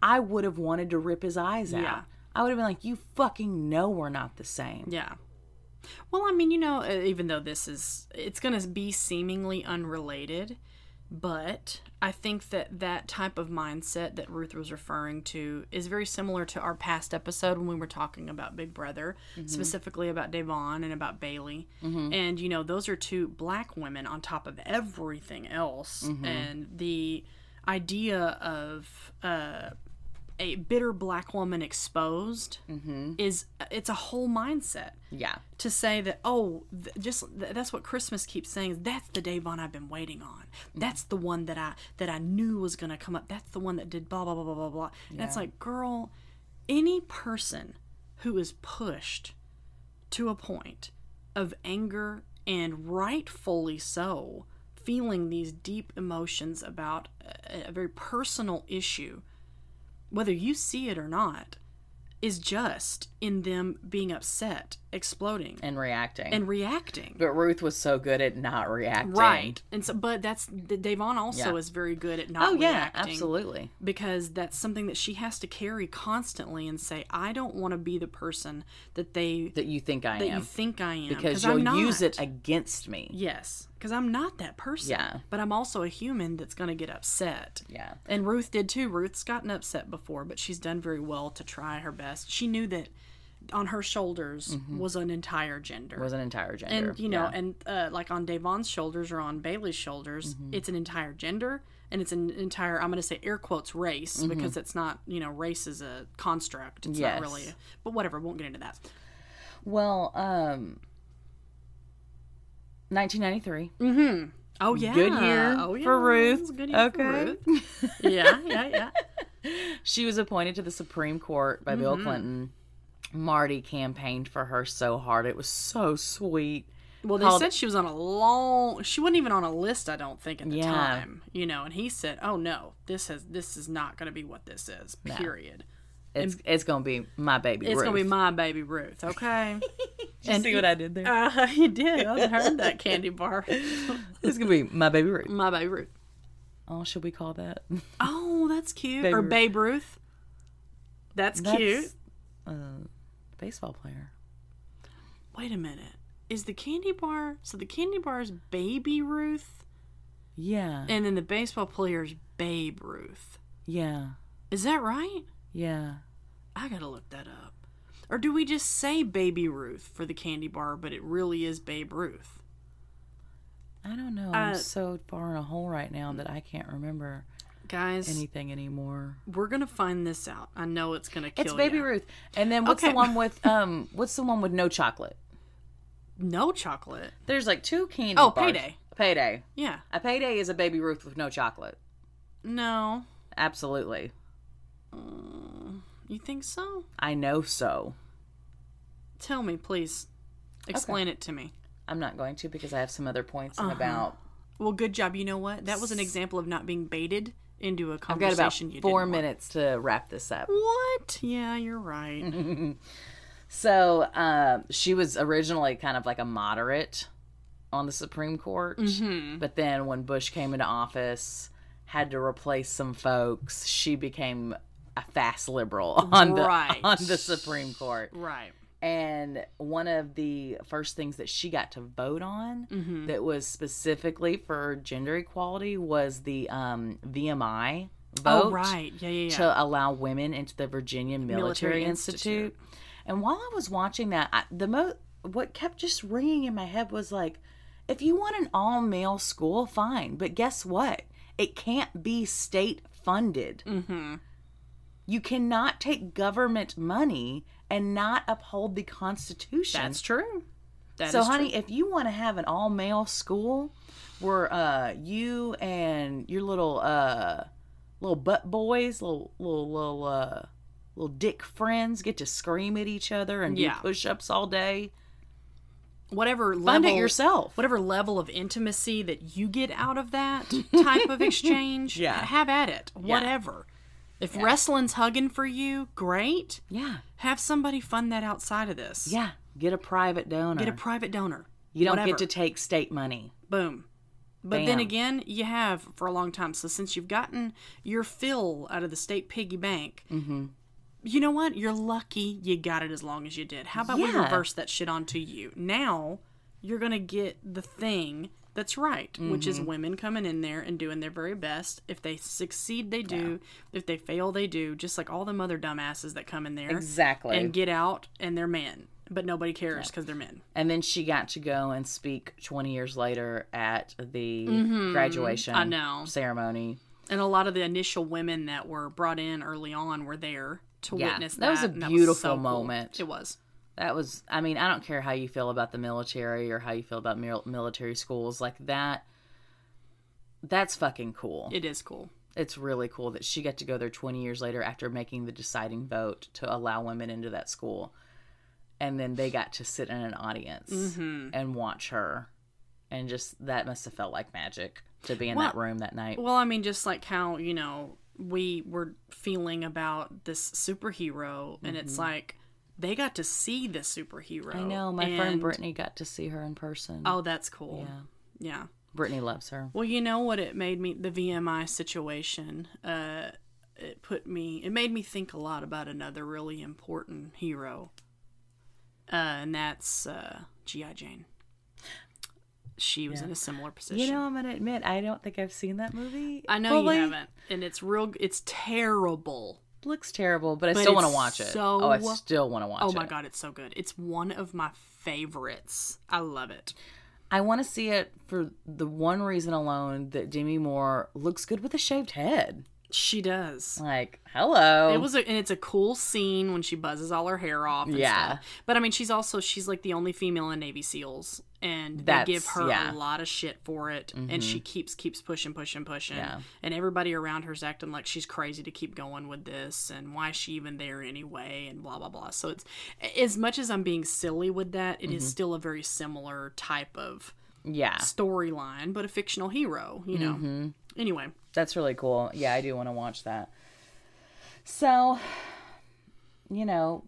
Speaker 1: I would have wanted to rip his eyes out.
Speaker 2: Yeah.
Speaker 1: I would have been like, you fucking know we're not the same.
Speaker 2: Yeah. Well, I mean, you know, uh, even though this is, it's going to be seemingly unrelated, but I think that that type of mindset that Ruth was referring to is very similar to our past episode when we were talking about Big Brother, specifically about Devon and about Bailey. And, you know, those are two black women on top of everything else. And the idea of, uh, a bitter black woman exposed is it's a whole mindset
Speaker 1: Yeah.
Speaker 2: to say that oh th- just th- that's what christmas keeps saying is that's the davon i've been waiting on that's the one that i that i knew was going to come up that's the one that did blah blah blah blah blah blah and it's like girl any person who is pushed to a point of anger and rightfully so feeling these deep emotions about a, a very personal issue whether you see it or not is just in them being upset exploding
Speaker 1: And reacting.
Speaker 2: and reacting.
Speaker 1: but Ruth was so good at not reacting.
Speaker 2: Right. And so, but that's the Devon also
Speaker 1: Yeah.
Speaker 2: is very good at not
Speaker 1: Oh, yeah.
Speaker 2: reacting
Speaker 1: Absolutely.
Speaker 2: because that's something that she has to carry constantly and say, I don't want to be the person that they
Speaker 1: That you think I
Speaker 2: that you
Speaker 1: am.
Speaker 2: think I am
Speaker 1: Because
Speaker 2: I'm
Speaker 1: you'll
Speaker 2: not.
Speaker 1: use it against me.
Speaker 2: Yes, because I'm not that person.
Speaker 1: Yeah.
Speaker 2: But I'm also a human that's going to get upset.
Speaker 1: Yeah.
Speaker 2: And Ruth did too. Ruth's gotten upset before, but she's done very well to try her best. She knew that on her shoulders
Speaker 1: Mm-hmm.
Speaker 2: was an entire gender.
Speaker 1: Was an entire gender.
Speaker 2: and you know,
Speaker 1: Yeah.
Speaker 2: and uh, like on Davon's shoulders or on Bailey's shoulders,
Speaker 1: Mm-hmm.
Speaker 2: it's an entire gender and it's an entire I'm going to say air quotes race
Speaker 1: Mm-hmm.
Speaker 2: because it's not you know race is a construct. It's
Speaker 1: Yes.
Speaker 2: not really, but whatever. Won't get into that.
Speaker 1: Well, um, 1993.
Speaker 2: Mm-hmm. Oh yeah.
Speaker 1: Good year
Speaker 2: Oh yeah.
Speaker 1: for
Speaker 2: It's
Speaker 1: Ruth.
Speaker 2: a Good year
Speaker 1: okay.
Speaker 2: For Ruth. yeah, yeah, yeah.
Speaker 1: She was appointed to the Supreme Court by Bill Clinton. Marty campaigned for her so hard. It was so sweet.
Speaker 2: Well, they
Speaker 1: Called-
Speaker 2: said she was on a long. She wasn't even on a list, I don't think, at the
Speaker 1: Yeah.
Speaker 2: time. You know, and he said, "Oh no, this has this is not going to be what this is." Period.
Speaker 1: It's it's gonna be my baby.
Speaker 2: It's going to be
Speaker 1: Ruth.
Speaker 2: my baby Ruth. Okay.
Speaker 1: Did you see what I did there?
Speaker 2: uh, you did. I heard that candy bar.
Speaker 1: it's gonna be my baby Ruth.
Speaker 2: my baby Ruth.
Speaker 1: Oh, should we call that?
Speaker 2: Oh, that's cute.
Speaker 1: Babe
Speaker 2: or
Speaker 1: Ruth.
Speaker 2: Babe Ruth. That's,
Speaker 1: That's-
Speaker 2: cute.
Speaker 1: Uh, baseball player.
Speaker 2: Wait a minute. Is the candy bar so the candy bar is Baby Ruth
Speaker 1: Yeah.
Speaker 2: and then the baseball player is Babe Ruth.
Speaker 1: Yeah.
Speaker 2: Is that right?
Speaker 1: Yeah.
Speaker 2: I gotta look that up. Or do we just say Baby Ruth for the candy bar, but it really is Babe Ruth?
Speaker 1: I don't know. I'm
Speaker 2: Uh,
Speaker 1: so far in a hole right now that I can't remember
Speaker 2: Guys,
Speaker 1: anything anymore.
Speaker 2: we're gonna find this out. I know it's gonna kill
Speaker 1: It's Baby
Speaker 2: ya.
Speaker 1: Ruth. And then what's
Speaker 2: Okay.
Speaker 1: the one with um? What's the one with no chocolate?
Speaker 2: No chocolate.
Speaker 1: There's like two candy.
Speaker 2: Oh,
Speaker 1: bars.
Speaker 2: Payday.
Speaker 1: Payday.
Speaker 2: Yeah.
Speaker 1: A payday is a Baby Ruth with no chocolate.
Speaker 2: No.
Speaker 1: Absolutely.
Speaker 2: Uh, You think so?
Speaker 1: I know so.
Speaker 2: Tell me, please. Explain it to me.
Speaker 1: I'm not going to because I have some other points
Speaker 2: Uh-huh.
Speaker 1: in about.
Speaker 2: Well, good job. You know what? That was an example of not being baited into a
Speaker 1: I've got
Speaker 2: conversation
Speaker 1: about
Speaker 2: you didn't
Speaker 1: four
Speaker 2: want.
Speaker 1: minutes to wrap this up.
Speaker 2: What? Yeah, you're right.
Speaker 1: So um, she was originally kind of like a moderate on the Supreme Court,
Speaker 2: Mm-hmm.
Speaker 1: Mm-hmm. but then when Bush came into office, had to replace some folks. She became a fast liberal on the
Speaker 2: Right.
Speaker 1: on the Supreme Court,
Speaker 2: right.
Speaker 1: and one of the first things that she got to vote on
Speaker 2: Mm-hmm.
Speaker 1: that was specifically for gender equality was the um, VMI vote
Speaker 2: Oh, right. Yeah, yeah, yeah.
Speaker 1: to allow women into the Virginia Military,
Speaker 2: Military
Speaker 1: Institute.
Speaker 2: Institute.
Speaker 1: And while I was watching that, I, the mo what kept just ringing in my head was like, if you want an all male school, fine, but guess what? It can't be state funded.
Speaker 2: Mm-hmm.
Speaker 1: You cannot take government money and not uphold the Constitution.
Speaker 2: That's true. That is
Speaker 1: so, honey, if you want to have an all male school where uh, you and your little uh, little butt boys, little little little uh, little dick friends get to scream at each other and
Speaker 2: Yeah.
Speaker 1: do push ups all day,
Speaker 2: true. whatever level,
Speaker 1: fund it yourself.
Speaker 2: whatever level of intimacy that you get out of that type of exchange,
Speaker 1: Yeah.
Speaker 2: have at it. Whatever. If wrestling's hugging for you, great.
Speaker 1: Yeah,
Speaker 2: Have somebody fund that outside of this.
Speaker 1: yeah. Get a private donor.
Speaker 2: Get a private donor.
Speaker 1: you don't
Speaker 2: whatever.
Speaker 1: get to take state money.
Speaker 2: Boom. But then
Speaker 1: Bam.
Speaker 2: again, you have for a long time. So since you've gotten your fill out of the state piggy bank,
Speaker 1: Mm-hmm.
Speaker 2: you know what? You're lucky you got it as long as you did. How about we
Speaker 1: Yeah.
Speaker 2: reverse that shit onto you? Now you're gonna get the thing that's right, which
Speaker 1: Mm-hmm.
Speaker 2: is women coming in there and doing their very best. If they succeed, they do. If they fail, they do. Just like all them other dumbasses that come in there
Speaker 1: Exactly.
Speaker 2: and get out, and they're men, but nobody cares because they're men.
Speaker 1: And then she got to go and speak 20 years later at the graduation
Speaker 2: Mm-hmm. I know.
Speaker 1: ceremony.
Speaker 2: and a lot of the initial women that were brought in early on were there to
Speaker 1: Yeah,
Speaker 2: witness that.
Speaker 1: that was a
Speaker 2: and
Speaker 1: beautiful
Speaker 2: so cool.
Speaker 1: moment.
Speaker 2: It was.
Speaker 1: That was, I mean, I don't care how you feel about the military or how you feel about mil- military schools. Like that, that's fucking cool.
Speaker 2: It is cool.
Speaker 1: it's really cool that she got to go there 20 years later after making the deciding vote to allow women into that school. And then they got to sit in an audience
Speaker 2: Mm-hmm.
Speaker 1: and watch her. And just that must have felt like magic to be in that room that night.
Speaker 2: Well, I mean, just like how you know we were feeling about this superhero, and it's like they got to see the superhero.
Speaker 1: Mm-hmm. I know. My friend
Speaker 2: and-
Speaker 1: Brittany got to see her in person.
Speaker 2: Oh, that's cool. Yeah. Yeah.
Speaker 1: Brittany loves her.
Speaker 2: Well, you know what it made me the VMI situation. Uh, it put me. It made me think a lot about another really important hero, uh, and that's uh, GI Jane. She was in a similar position.
Speaker 1: You know, I'm going to admit, I don't think I've seen that movie.
Speaker 2: I know
Speaker 1: fully.
Speaker 2: you haven't, and it's real. It's terrible.
Speaker 1: Looks terrible, but I
Speaker 2: But
Speaker 1: still want to
Speaker 2: it's
Speaker 1: watch it.
Speaker 2: so-
Speaker 1: Oh, I still want to watch it.
Speaker 2: oh my god, it's so good. It's one of my favorites. I love it.
Speaker 1: I want to see it for the one reason alone that Demi Moore looks good with a shaved head.
Speaker 2: She does.
Speaker 1: Like, hello.
Speaker 2: It was, a, and it's a cool scene when she buzzes all her hair off. And
Speaker 1: Yeah.
Speaker 2: stuff. but I mean, she's also she's like the only female in Navy SEALs, and
Speaker 1: That's-
Speaker 2: they give her
Speaker 1: yeah. Mm-hmm.
Speaker 2: a lot of shit for it, and she keeps keeps pushing, pushing, pushing,
Speaker 1: Yeah.
Speaker 2: and everybody around her's acting like she's crazy to keep going with this, and why is she even there anyway, and blah blah blah. So it's as much as I'm being silly with that, it is
Speaker 1: Mm-hmm.
Speaker 2: still a very similar type of
Speaker 1: yeah.
Speaker 2: storyline, but a fictional hero, you know.
Speaker 1: Mm-hmm.
Speaker 2: Anyway,
Speaker 1: That's really cool. Yeah, I do want to watch that. So, you know,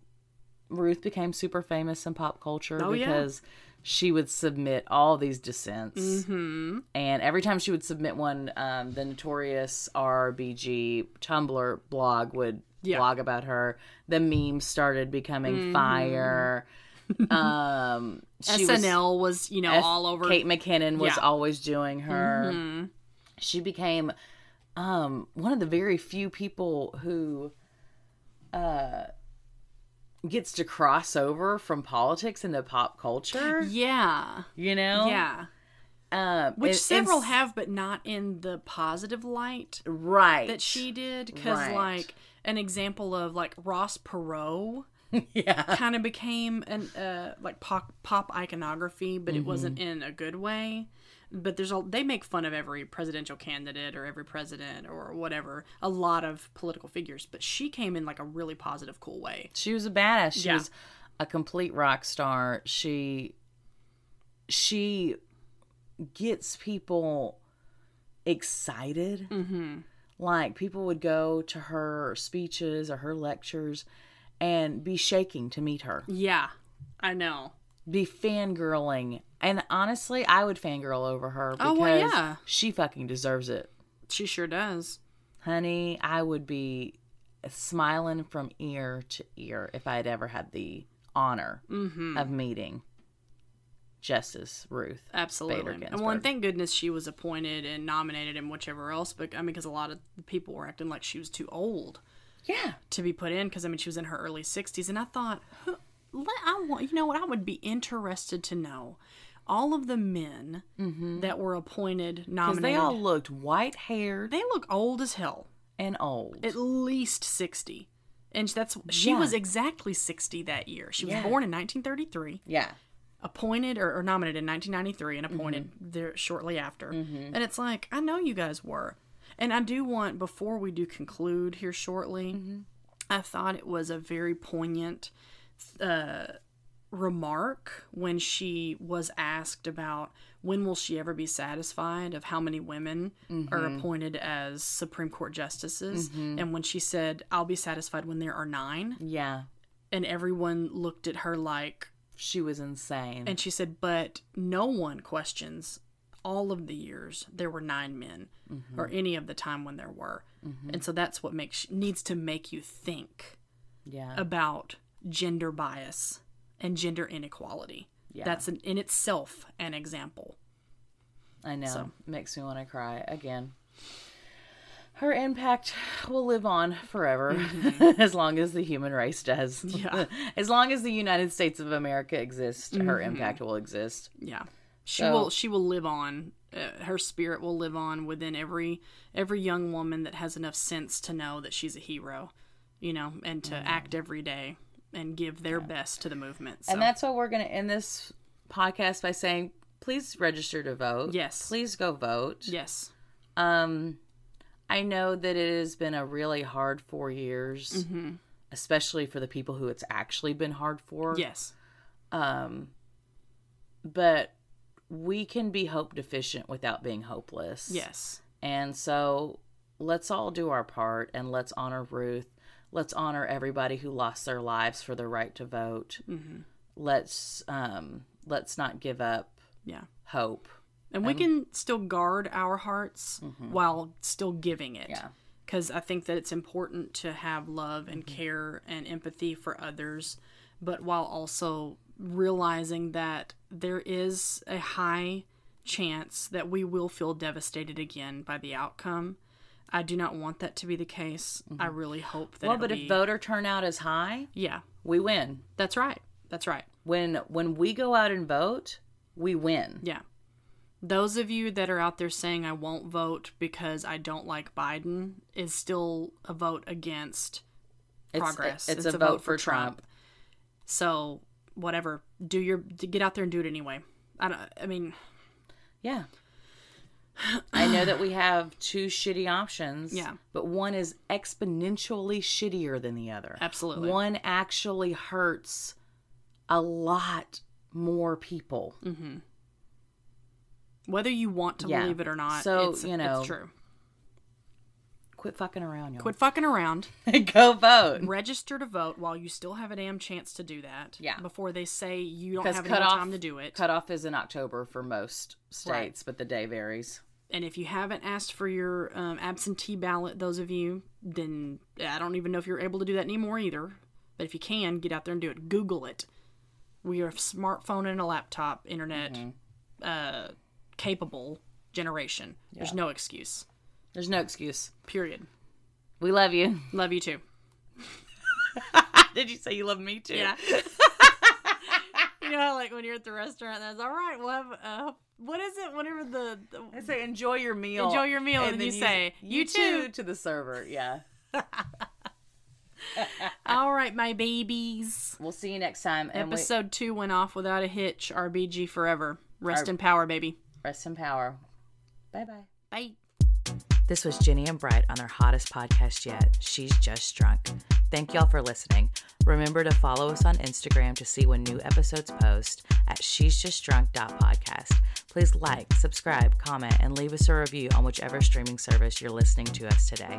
Speaker 1: Ruth became super famous in pop culture
Speaker 2: Oh, yeah.
Speaker 1: because she would submit all these dissents.
Speaker 2: hmm
Speaker 1: And every time she would submit one, um, the notorious RBG Tumblr blog would
Speaker 2: Yeah. Mm-hmm.
Speaker 1: blog about her. The memes started becoming fire. um, she was-
Speaker 2: SNL was, you know
Speaker 1: F-
Speaker 2: all over
Speaker 1: Kate McKinnon was
Speaker 2: Yeah. Mm-hmm.
Speaker 1: always doing her. She became um, one of the very few people who uh, gets to cross over from politics into pop culture.
Speaker 2: Yeah.
Speaker 1: You know,
Speaker 2: Yeah.
Speaker 1: Um, and-
Speaker 2: Which
Speaker 1: and
Speaker 2: several
Speaker 1: s-
Speaker 2: have, but not in the positive light
Speaker 1: right
Speaker 2: that she did. Because,
Speaker 1: Right.
Speaker 2: like, an example of, like, Ross Perot
Speaker 1: yeah
Speaker 2: kind of became an, uh, like, pop, pop iconography, but it wasn't
Speaker 1: Mm-hmm.
Speaker 2: in a good way. But there's all they make fun of every presidential candidate or every president or whatever, a lot of political figures. But she came in like a really positive, cool way.
Speaker 1: she was a badass. She
Speaker 2: Yeah.
Speaker 1: was a complete rock star. She she gets people excited. Mm-hmm. Like people would go to her speeches or her lectures and be shaking to meet her,
Speaker 2: Yeah, I know.
Speaker 1: be fangirling. And honestly, I would fangirl over her because
Speaker 2: Oh, well, yeah.
Speaker 1: she fucking deserves it.
Speaker 2: She sure does.
Speaker 1: Honey, I would be smiling from ear to ear if I had ever had the honor
Speaker 2: Mm-hmm. Hmm.
Speaker 1: of meeting Justice Ruth. Bader
Speaker 2: Absolutely. And well,
Speaker 1: Ginsburg.
Speaker 2: and thank goodness she was appointed and nominated and whichever else. But I mean, because a lot of people were acting like she was too old
Speaker 1: Yeah.
Speaker 2: to be put in. Because I mean, she was in her early sixties, and I thought, "Huh, let, I want you know what I would be interested to know all of the men that were appointed
Speaker 1: Because Mm-hmm.
Speaker 2: nominated.
Speaker 1: they all looked white haired
Speaker 2: they look old as hell,
Speaker 1: and old.
Speaker 2: at least sixty. And that's she
Speaker 1: Yeah.
Speaker 2: was exactly sixty that year. She was
Speaker 1: Yeah.
Speaker 2: born in 1933.
Speaker 1: yeah.
Speaker 2: appointed or, or nominated in 1993 and appointed there shortly after. And it's like, I know you guys were. And I do want, before we do conclude here shortly, I thought it was a very poignant uh, remark when she was asked about when will she ever be satisfied of how many women are appointed as Supreme Court justices. And when she said, I'll be satisfied when there are nine,
Speaker 1: Yeah.
Speaker 2: and everyone looked at her like,
Speaker 1: She was insane.
Speaker 2: and she said, but no one questions all of the years there were nine men
Speaker 1: Mm-hmm.
Speaker 2: or any of the time when there were. And so that's what makes needs to make you think
Speaker 1: yeah.
Speaker 2: about gender bias and gender inequality.
Speaker 1: Yeah.
Speaker 2: That's an, in itself an example.
Speaker 1: I know.
Speaker 2: so.
Speaker 1: Makes me want to cry again. Her impact will live on forever as long as the human race does.
Speaker 2: Mm-hmm. Yeah. Mm-hmm.
Speaker 1: as long as the United States of America exists, her impact will exist.
Speaker 2: Yeah. She
Speaker 1: So-
Speaker 2: will she will live on. Uh, her spirit will live on within every every young woman that has enough sense to know that she's a hero, you know, and to act every day and give their best to the movement. So.
Speaker 1: Mm-hmm. And that's what we're going to end this podcast by saying please register to vote.
Speaker 2: Yes.
Speaker 1: Please go vote.
Speaker 2: yes.
Speaker 1: Um I know that it has been a really hard 4 years.
Speaker 2: Mm-hmm.
Speaker 1: Especially for the people who it's actually been hard for.
Speaker 2: Yes.
Speaker 1: Um but we can be hope deficient without being hopeless.
Speaker 2: Yes.
Speaker 1: And so let's all do our part and let's honor Ruth. Let's honor everybody who lost their lives for the right to vote. Let's um, let's not give up
Speaker 2: Yeah.
Speaker 1: hope.
Speaker 2: And we can still guard our hearts while still giving it.
Speaker 1: Mm-hmm. Yeah.
Speaker 2: Because I think that it's important to have love and
Speaker 1: Mm-hmm.
Speaker 2: care and empathy for others, but while also realizing that there is a high chance that we will feel devastated again by the outcome. I do not want that to be the case. I really hope
Speaker 1: Mm-hmm.
Speaker 2: that.
Speaker 1: Well,
Speaker 2: it
Speaker 1: but
Speaker 2: be-
Speaker 1: if voter turnout is high,
Speaker 2: yeah,
Speaker 1: we win.
Speaker 2: that's right. That's right.
Speaker 1: When when we go out and vote, we win.
Speaker 2: Yeah. those of you that are out there saying I won't vote because I don't like Biden is still a vote against
Speaker 1: It's,
Speaker 2: progress.
Speaker 1: It's, a, vote, for Trump.
Speaker 2: So whatever, do your d- get out there and do it anyway. I don't. I mean,
Speaker 1: Yeah. I know that we have two shitty options.
Speaker 2: Yeah.
Speaker 1: But one is exponentially shittier than the other.
Speaker 2: Absolutely.
Speaker 1: One actually hurts a lot more people. Mm.
Speaker 2: whether you want to
Speaker 1: Yeah.
Speaker 2: believe it or not,
Speaker 1: So,
Speaker 2: it's,
Speaker 1: you
Speaker 2: it's
Speaker 1: know.
Speaker 2: true.
Speaker 1: Quit fucking around, y'all.
Speaker 2: Quit fucking around.
Speaker 1: Go vote.
Speaker 2: Register to vote while you still have a damn chance to do that.
Speaker 1: Yeah.
Speaker 2: Before they say you don't
Speaker 1: Because
Speaker 2: have any more
Speaker 1: cutoff-
Speaker 2: time to do it.
Speaker 1: Cutoff is in October for most states, but the day varies.
Speaker 2: and if you haven't asked for your um, absentee ballot, those of you, then I don't even know if you're able to do that anymore either. But if you can, get out there and do it. Google it. We are a smartphone and a laptop, internet
Speaker 1: Mm-hmm.
Speaker 2: uh, capable generation. There's no excuse.
Speaker 1: There's no excuse.
Speaker 2: Period.
Speaker 1: We love you.
Speaker 2: Love you too.
Speaker 1: Did you say you love me too?
Speaker 2: Yeah. you know, how, like when you're at the restaurant, and that's all right. We'll have uh, what is it? Whenever the,
Speaker 1: I
Speaker 2: the
Speaker 1: say enjoy your meal.
Speaker 2: Enjoy your meal, and
Speaker 1: then
Speaker 2: you say, "You too."
Speaker 1: to the server. Yeah.
Speaker 2: all right, my babies.
Speaker 1: We'll see you next time. And we-
Speaker 2: Episode two went off without a hitch. RBG forever. Rest in power, baby.
Speaker 1: rest in power. Bye bye.
Speaker 2: Bye.
Speaker 3: This was Ginny and Bright on our hottest podcast yet, She's Just Drunk. Thank y'all for listening. Remember to follow us on Instagram to see when new episodes post at she's just drunk.podcast. Please like, subscribe, comment, and leave us a review on whichever streaming service you're listening to us today.